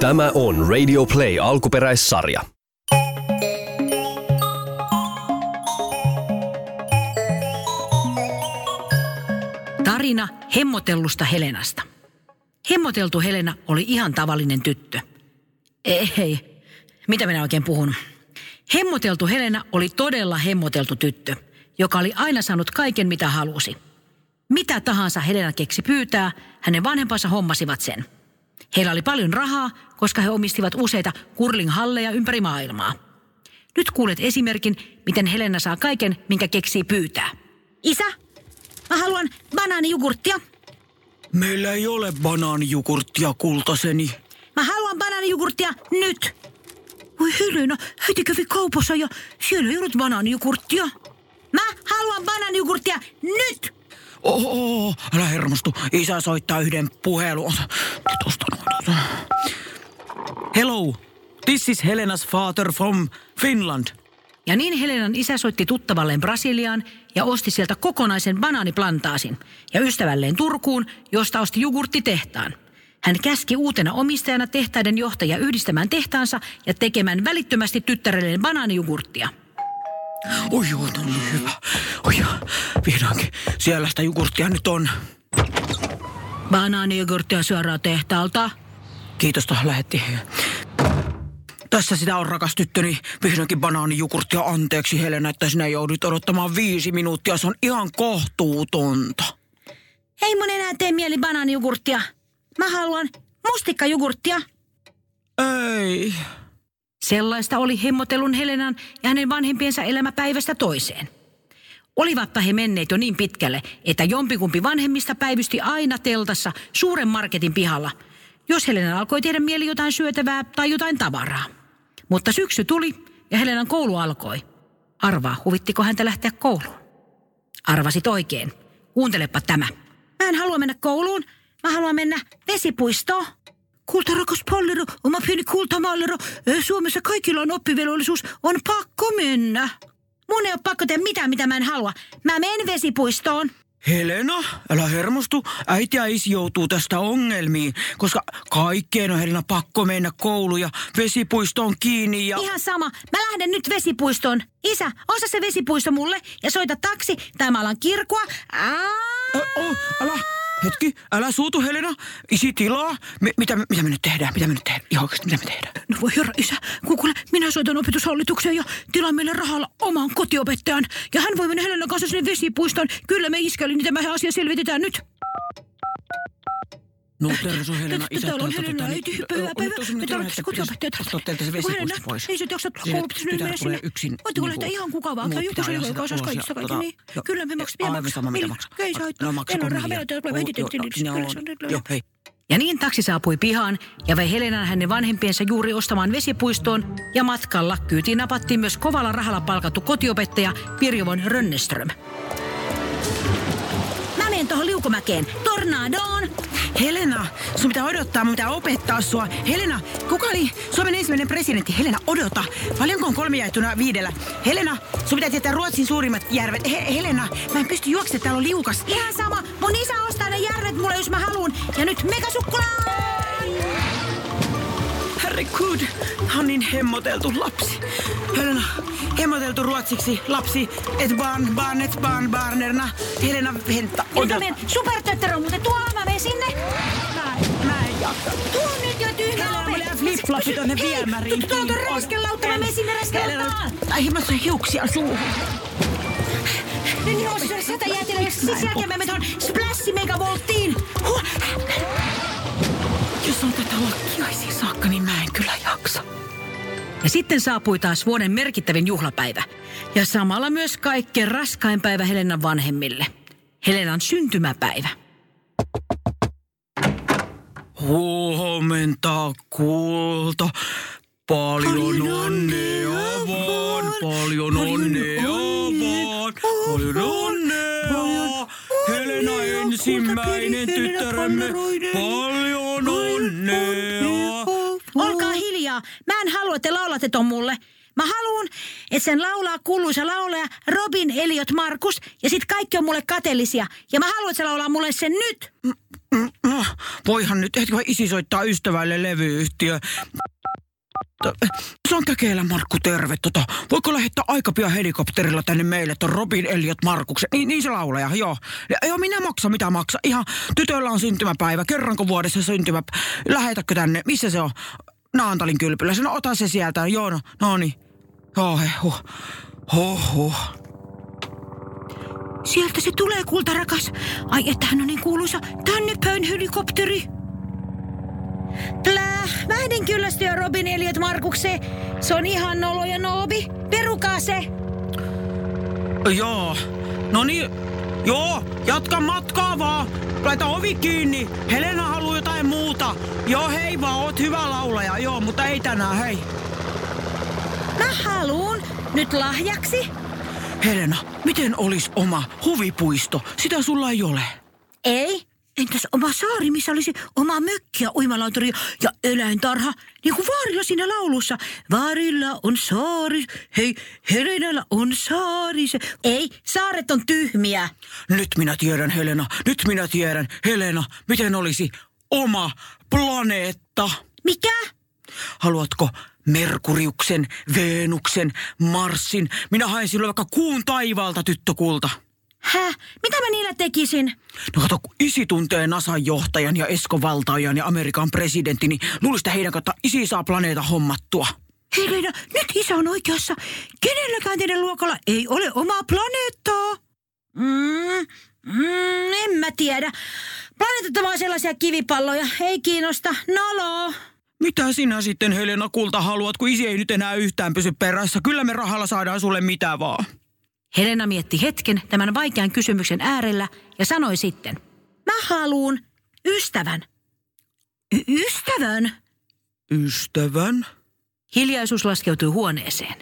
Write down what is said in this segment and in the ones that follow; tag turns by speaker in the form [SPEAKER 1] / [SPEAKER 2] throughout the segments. [SPEAKER 1] Tämä on Radio Play alkuperäissarja.
[SPEAKER 2] Tarina hemmotellusta Helenasta. Hemmoteltu Helena oli ihan tavallinen tyttö. Ei, ei. Mitä minä oikein puhun? Hemmoteltu Helena oli todella hemmoteltu tyttö, joka oli aina saanut kaiken mitä halusi. Mitä tahansa Helena keksi pyytää, hänen vanhempansa hommasivat sen. Heillä oli paljon rahaa, koska he omistivat useita kurlinghalleja ympäri maailmaa. Nyt kuulet esimerkin, miten Helena saa kaiken, minkä keksii pyytää. Isä, mä haluan banaanijugurttia.
[SPEAKER 3] Meillä ei ole banaanijugurttia, kultaseni.
[SPEAKER 2] Mä haluan banaanijugurttia nyt! Voi Helena, äiti kävi kaupassa ja siellä ei ollut banaanijugurttia. Mä haluan banaanijugurttia nyt!
[SPEAKER 3] Oo, älä hermostu. Isä soittaa yhden puhelun. Nyt tuosta noin. tuota. Hello, this is Helena's father from Finland.
[SPEAKER 2] Ja niin Helenan isä soitti tuttavalleen Brasiliaan ja osti sieltä kokonaisen banaaniplantaasin ja ystävälleen Turkuun, josta osti jogurttitehtaan. Hän käski uutena omistajana tehtaiden johtaja yhdistämään tehtaansa ja tekemään välittömästi tyttärelleen banaanijugurttia.
[SPEAKER 3] Oi joo, no niin hyvä. Oi joo, vihdoinkin. Siellä sitä jogurttia nyt on.
[SPEAKER 2] Banaanijugurttia suoraan tehtaalta.
[SPEAKER 3] Kiitosta lähetti. Tässä sitä on rakas tyttöni. Vihdoinkin banaanijugurttia. Anteeksi Helena, että sinä joudut odottamaan viisi minuuttia. Se on ihan kohtuutonta.
[SPEAKER 2] Ei mun enää tee mieli banaanijugurttia. Mä haluan mustikkajugurttia.
[SPEAKER 3] Ei.
[SPEAKER 2] Sellaista oli hemmotelun Helenan ja hänen vanhempiensa elämä päivästä toiseen. Olivatpa he menneet jo niin pitkälle, että jompikumpi vanhemmista päivysti aina teltassa suuren marketin pihalla, jos Helena alkoi tehdä mieli jotain syötävää tai jotain tavaraa. Mutta syksy tuli ja Helenan koulu alkoi. Arvaa, huvittiko häntä lähteä kouluun? Arvasit oikein. Kuuntelepa tämä. Mä en halua mennä kouluun. Mä haluan mennä vesipuistoon. Kulta rakas pallero, oma pieni kultamallero. Suomessa kaikilla on oppivelvollisuus. On pakko mennä. Mun ei ole pakko tehdä mitään, mitä mä en halua. Mä menen vesipuistoon.
[SPEAKER 3] Helena, älä hermostu. Äiti ja isi joutuu tästä ongelmiin, koska kaikkeen on Helena pakko mennä kouluun ja vesipuisto on kiinni ja...
[SPEAKER 2] Ihan sama. Mä lähden nyt vesipuistoon. Isä, osa se vesipuisto mulle ja soita taksi tai mä alan kirkua. Aa!
[SPEAKER 3] Ä, oh, älä, hetki, älä suutu Helena. Isi tilaa. Me, mitä, mitä me nyt tehdään? Mitä me nyt tehdään? Ihan oikeasti, mitä me tehdään?
[SPEAKER 2] No voi herra isä, kun kuule, minä soitan opetushallitukseen ja tilaan meille rahalla oman kotiopettajan. Ja hän voi mennä Helenan kanssa sinne vesipuistoon. Kyllä me iskäli, niin tämä asia selvitetään nyt.
[SPEAKER 3] No terveys on Helena, isä tuota, tota,
[SPEAKER 2] Täällä on Helena, äiti,
[SPEAKER 3] niin,
[SPEAKER 2] hyvää päivää. Me tarvitsisi kotiopettaja
[SPEAKER 3] täältä. Ottaa teiltä se vesipuisto pois.
[SPEAKER 2] Ei se jaksa
[SPEAKER 3] Sinne
[SPEAKER 2] koulutus nyt mennä
[SPEAKER 3] tytär Siis tulee
[SPEAKER 2] sinne.
[SPEAKER 3] yksin.
[SPEAKER 2] Voitteko
[SPEAKER 3] niinku,
[SPEAKER 2] lähteä ihan kukaan vaan? Tai
[SPEAKER 3] muut
[SPEAKER 2] joku
[SPEAKER 3] pitää
[SPEAKER 2] se,
[SPEAKER 3] ajaa
[SPEAKER 2] joka osaa
[SPEAKER 3] sitä
[SPEAKER 2] kaikista
[SPEAKER 3] ulos
[SPEAKER 2] kaikki.
[SPEAKER 3] ja
[SPEAKER 2] Niin.
[SPEAKER 3] tota, joo,
[SPEAKER 2] Kyllä me maksamme. Minä
[SPEAKER 3] aivan
[SPEAKER 2] maksan.
[SPEAKER 3] sama, mitä
[SPEAKER 2] Minä-
[SPEAKER 3] maksaa.
[SPEAKER 2] Ei saa
[SPEAKER 3] No
[SPEAKER 2] ottaa.
[SPEAKER 3] maksako
[SPEAKER 2] Meillä on rahaa,
[SPEAKER 3] niillä?
[SPEAKER 2] meillä on tulee
[SPEAKER 3] Joo, joo, sinä on. Joo, hei.
[SPEAKER 2] Ja niin taksi saapui pihaan ja vei Helenan hänen vanhempiensa juuri ostamaan vesipuistoon ja matkalla kyytiin napattiin myös kovalla rahalla palkattu kotiopettaja Pirjovon Rönneström. Mä menen tuohon liukumäkeen, tornadoon!
[SPEAKER 3] Helena, sun pitää odottaa, mun pitää opettaa sua. Helena, kuka oli Suomen ensimmäinen presidentti? Helena, odota. Paljonko on kolme jaettuna viidellä? Helena, sun pitää tietää Ruotsin suurimmat järvet. He- Helena, mä en pysty juoksemaan, täällä on liukas.
[SPEAKER 2] Ihan sama, mun isä ostaa ne järvet mulle, jos mä haluun. Ja nyt megasukkula!
[SPEAKER 3] Herrekud, hän on niin hemmoteltu lapsi. Helena, hemmoteltu ruotsiksi lapsi. Et barn, barn, et barn, barnerna. Helena, henta,
[SPEAKER 2] Eli
[SPEAKER 3] odota.
[SPEAKER 2] mä menen supertötterön, mutta tuolla mä menen sinne.
[SPEAKER 3] Mä en jaksa.
[SPEAKER 2] Tuo nyt jo tyhjä
[SPEAKER 3] Helena,
[SPEAKER 2] ope.
[SPEAKER 3] mulla jää flip-floppi tonne
[SPEAKER 2] Hei,
[SPEAKER 3] viemäriin.
[SPEAKER 2] tu- Tuolla on
[SPEAKER 3] kiinni.
[SPEAKER 2] räiskelauta, mä menen sinne
[SPEAKER 3] Helena,
[SPEAKER 2] räiskelautaan.
[SPEAKER 3] Ai, mä saan hiuksia suuhun.
[SPEAKER 2] Nyt niin osu sata jäätelöä, siis sen jälkeen mä menen tuohon Splash Megavolttiin. Huh.
[SPEAKER 3] Jos on tätä lakkiaisiin saakka, niin mä en kyllä jaksa.
[SPEAKER 2] Ja sitten saapui taas vuoden merkittävin juhlapäivä. Ja samalla myös kaikkein raskain päivä Helenan vanhemmille. Helenan syntymäpäivä.
[SPEAKER 3] Huomenta kulta. Paljon onnea vaan, paljon onnea vaan, paljon onnea. Helena ensimmäinen tyttäremme, paljon onnea.
[SPEAKER 2] Olkaa hiljaa. Mä en halua, että te laulatte ton mulle. Mä haluun, että sen laulaa kuuluisa laulaja Robin Eliot Markus ja sit kaikki on mulle kateellisia. Ja mä haluan, että se laulaa mulle sen nyt.
[SPEAKER 3] Mm, No, voihan nyt, etkö isi soittaa ystävälle levyyhtiö. Se on tekeillä Markku Terve. Tota, voiko lähettää aika pian helikopterilla tänne meille ton Robin Elliot Markuksen? Niin, niin se laulaja, joo. Ja, joo, minä maksa, mitä maksa. Ihan tytöllä on syntymäpäivä. Kerranko vuodessa syntymä? Lähetäkö tänne? Missä se on? Naantalin kylpylässä. No ota se sieltä. Joo, no, no niin. Joo, he, huh. Huh, huh.
[SPEAKER 2] Sieltä se tulee, kulta rakas. Ai, että hän on niin kuuluisa tänne päin helikopteri. Plää, mä en kyllästyä Robin Eliot Markukseen. Se on ihan nolo ja noobi. Perukaa se.
[SPEAKER 3] Joo. No niin. Joo, jatka matkaa vaan. Laita ovi kiinni. Helena haluaa jotain muuta. Joo, hei vaan, oot hyvä laulaja. Joo, mutta ei tänään, hei.
[SPEAKER 2] Mä haluun nyt lahjaksi.
[SPEAKER 3] Helena, miten olis oma huvipuisto? Sitä sulla ei ole.
[SPEAKER 2] Ei. Entäs oma saari, missä olisi oma mökki ja uimalauturi ja eläintarha? Niin kuin Vaarilla siinä laulussa. Vaarilla on saari, hei, Helenalla on saari. Se... Ei, saaret on tyhmiä.
[SPEAKER 3] Nyt minä tiedän, Helena. Nyt minä tiedän, Helena, miten olisi oma planeetta.
[SPEAKER 2] Mikä?
[SPEAKER 3] Haluatko Merkuriuksen, Veenuksen, Marsin? Minä haen sinulle vaikka kuun taivaalta, tyttökulta.
[SPEAKER 2] Häh? Mitä mä niillä tekisin?
[SPEAKER 3] No kato, kun isi tuntee NASAn johtajan ja Esko Valtaajan ja Amerikan presidentti, niin luulisi, että heidän kautta isi saa planeeta hommattua.
[SPEAKER 2] Hei Leena, nyt isä on oikeassa. Kenelläkään teidän luokalla ei ole omaa planeettaa. Mm, mm, en mä tiedä. Planeetat ovat sellaisia kivipalloja. Ei kiinnosta. Nolo.
[SPEAKER 3] Mitä sinä sitten Helena Kulta haluat, kun isi ei nyt enää yhtään pysy perässä? Kyllä me rahalla saadaan sulle mitä vaan.
[SPEAKER 2] Helena mietti hetken tämän vaikean kysymyksen äärellä ja sanoi sitten. Mä haluun ystävän. Y- ystävän?
[SPEAKER 3] Ystävän?
[SPEAKER 2] Hiljaisuus laskeutui huoneeseen.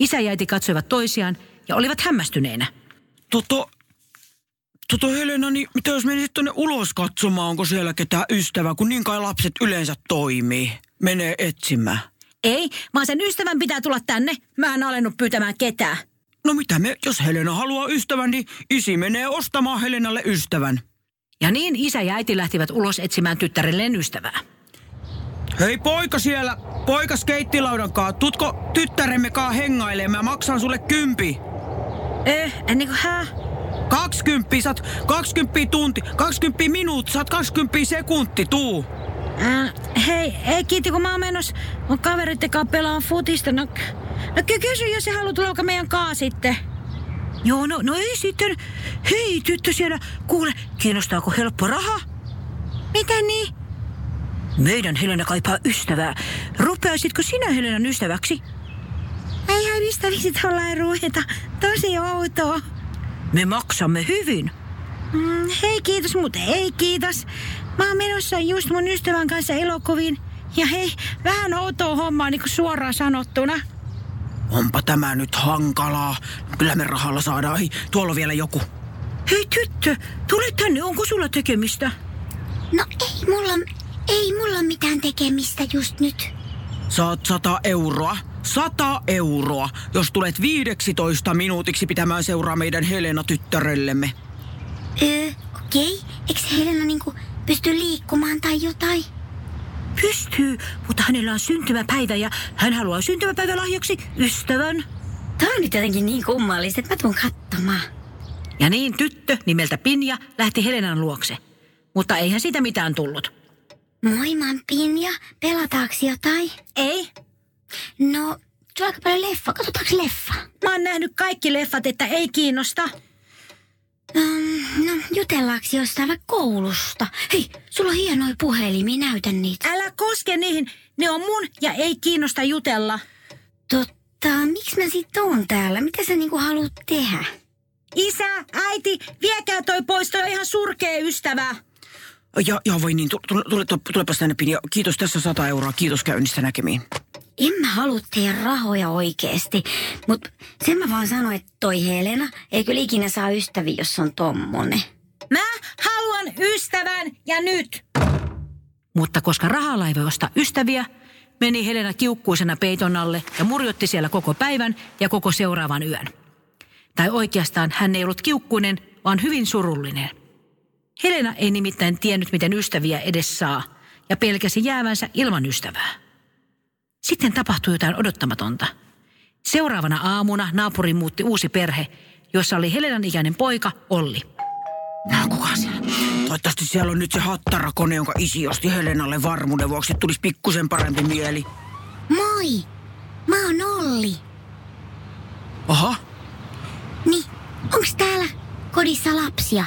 [SPEAKER 2] Isä ja äiti katsoivat toisiaan ja olivat hämmästyneinä.
[SPEAKER 3] Toto, toto Helena, niin mitä jos menisit tuonne ulos katsomaan, onko siellä ketään ystävää, kun niin kai lapset yleensä toimii. Menee etsimään.
[SPEAKER 2] Ei, vaan sen ystävän pitää tulla tänne. Mä en alennut pyytämään ketään.
[SPEAKER 3] No mitä me, jos Helena haluaa ystävän, niin isi menee ostamaan Helenalle ystävän.
[SPEAKER 2] Ja niin isä ja äiti lähtivät ulos etsimään tyttärelleen ystävää.
[SPEAKER 3] Hei poika siellä, poika skeittilaudan kaa. Tutko tyttäremme kaa hengailemaan, mä maksan sulle kympi.
[SPEAKER 2] Eh, ennen kuin hää?
[SPEAKER 3] 20, saat 20 tunti, 20 minuut, saat 20 sekunti, tuu.
[SPEAKER 2] Äh, hei, ei kiitti kun mä oon menossa mun kavereitten kanssa pelaan futista. No, no ky- kysy, jos sä haluat tulla meidän kaa sitten. Joo, no, no ei sitten. Hei, tyttö siellä. Kuule, kiinnostaako helppo raha? Mitä niin? Meidän Helena kaipaa ystävää. Rupeaisitko sinä Helenan ystäväksi? Ei ihan ystäviksi ollaan ruuhita. Tosi outoa. Me maksamme hyvin. Mm, hei kiitos, mutta ei kiitos. Mä oon menossa just mun ystävän kanssa elokuviin. Ja hei, vähän outoa hommaa niin kuin suoraan sanottuna.
[SPEAKER 3] Onpa tämä nyt hankalaa. Kyllä me rahalla saadaan. Hei, tuolla on vielä joku.
[SPEAKER 2] Hei tyttö, tule tänne, onko sulla tekemistä?
[SPEAKER 4] No ei mulla, ei mulla mitään tekemistä just nyt.
[SPEAKER 3] Saat 100 euroa. 100 euroa, jos tulet 15 minuutiksi pitämään seuraa meidän Helena tyttärellemme.
[SPEAKER 4] Öö, okei. Eikö Helena niinku pysty liikkumaan tai jotain?
[SPEAKER 2] Pystyy, mutta hänellä on syntymäpäivä ja hän haluaa syntymäpäivälahjaksi ystävän.
[SPEAKER 4] Tää on nyt jotenkin niin kummallista, että mä tuun katsomaan.
[SPEAKER 2] Ja niin tyttö nimeltä Pinja lähti Helenan luokse. Mutta eihän siitä mitään tullut.
[SPEAKER 4] Moi, mä oon Pinja. Pelataaks jotain?
[SPEAKER 2] Ei,
[SPEAKER 4] No, se on aika paljon leffa. Katsotaanko leffa?
[SPEAKER 2] mä oon nähnyt kaikki leffat, että ei kiinnosta.
[SPEAKER 4] Um, no, jutellaanko jostain vaikka koulusta? Hei, sulla on hienoja puhelimia, näytä niitä.
[SPEAKER 2] Älä koske niihin, ne on mun ja ei kiinnosta jutella.
[SPEAKER 4] Totta, miksi mä sit oon täällä? Mitä sä niinku haluat tehdä?
[SPEAKER 2] Isä, äiti, viekää toi pois, toi on ihan surkea ystävä.
[SPEAKER 3] Ja, ja voi niin, tule, tule, tule, tulepas tänne Pinja. Kiitos tässä 100 euroa. Kiitos käynnistä näkemiin.
[SPEAKER 4] En mä halua teidän rahoja oikeesti, mutta sen mä vaan sanoin, että toi Helena ei kyllä ikinä saa ystäviä, jos se on tommonen.
[SPEAKER 2] Mä haluan ystävän ja nyt. Mutta koska rahalla ei voi ostaa ystäviä, meni Helena kiukkuisena peiton alle ja murjotti siellä koko päivän ja koko seuraavan yön. Tai oikeastaan hän ei ollut kiukkuinen, vaan hyvin surullinen. Helena ei nimittäin tiennyt, miten ystäviä edes saa, ja pelkäsi jäävänsä ilman ystävää. Sitten tapahtui jotain odottamatonta. Seuraavana aamuna naapuriin muutti uusi perhe, jossa oli Helenan ikäinen poika Olli.
[SPEAKER 3] No, kuka siellä? Toivottavasti siellä on nyt se hattarakone, jonka isi osti Helenalle varmuuden vuoksi, että tulisi pikkusen parempi mieli.
[SPEAKER 4] Moi! Mä oon Olli.
[SPEAKER 3] Aha,
[SPEAKER 4] Niin, onks täällä kodissa lapsia?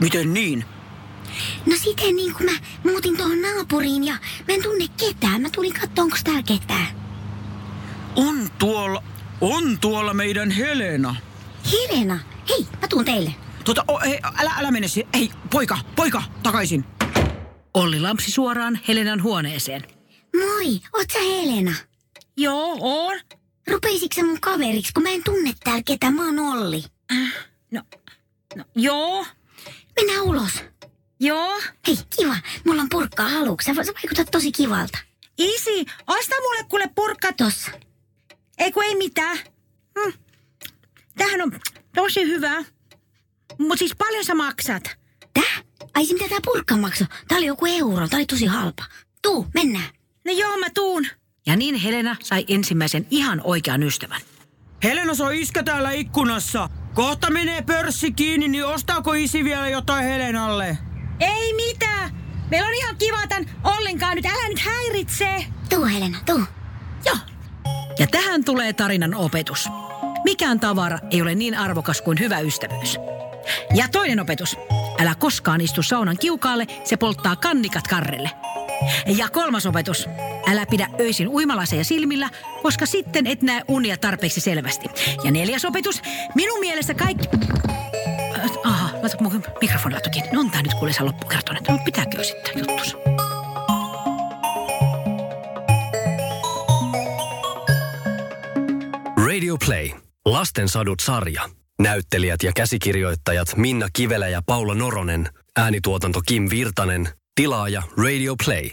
[SPEAKER 3] miten niin?
[SPEAKER 4] No siten niin kun mä muutin tuohon naapuriin ja mä en tunne ketään. Mä tulin katsoa, onko täällä ketään.
[SPEAKER 3] On tuolla, on tuolla meidän Helena.
[SPEAKER 4] Helena, hei, mä tuun teille.
[SPEAKER 3] Tota, o, ei, älä, älä mene si- Ei, poika, poika, takaisin.
[SPEAKER 2] Olli lampsi suoraan Helenan huoneeseen.
[SPEAKER 4] Moi, oot sä Helena?
[SPEAKER 2] Joo, on.
[SPEAKER 4] Rupeisitko sä mun kaveriksi, kun mä en tunne täällä ketään. Mä oon Olli.
[SPEAKER 2] No, no joo,
[SPEAKER 4] Mennään ulos.
[SPEAKER 2] joo.
[SPEAKER 4] Hei, kiva. Mulla on purkkaa haluuks. Sä, sä vaikutat tosi kivalta.
[SPEAKER 2] Isi, osta mulle kuule purkka.
[SPEAKER 4] Tossa.
[SPEAKER 2] Ei kun ei mitään. Mm. Tämähän on tosi hyvä. Mutta siis paljon sä maksat?
[SPEAKER 4] Tää? Ai se mitä tää purkka maksoi? Tää oli joku euro. Tää oli tosi halpa. Tuu, mennään.
[SPEAKER 2] No joo, mä tuun. Ja niin Helena sai ensimmäisen ihan oikean ystävän.
[SPEAKER 3] Helena, se on iskä täällä ikkunassa. Kohta menee pörssi kiinni, niin ostaako isi vielä jotain Helenalle?
[SPEAKER 2] Ei mitään. Meillä on ihan kiva tän ollenkaan nyt. Älä nyt häiritse.
[SPEAKER 4] Tuu Helena, tuu.
[SPEAKER 2] Joo. Ja tähän tulee tarinan opetus. Mikään tavara ei ole niin arvokas kuin hyvä ystävyys. Ja toinen opetus. Älä koskaan istu saunan kiukaalle, se polttaa kannikat karrelle. Ja kolmas opetus. Älä pidä öisin uimalaseja silmillä, koska sitten et näe unia tarpeeksi selvästi. Ja neljäs opetus. Minun mielestä kaikki... Äh, Aha, laita mun mikrofoni laitokin. No on tää nyt kuule se loppukertoinen. No pitääkö sitten juttus?
[SPEAKER 1] Radio Play. Lastensadut sarja. Näyttelijät ja käsikirjoittajat Minna Kivelä ja Paula Noronen. Äänituotanto Kim Virtanen. Tilaaja Radio Play.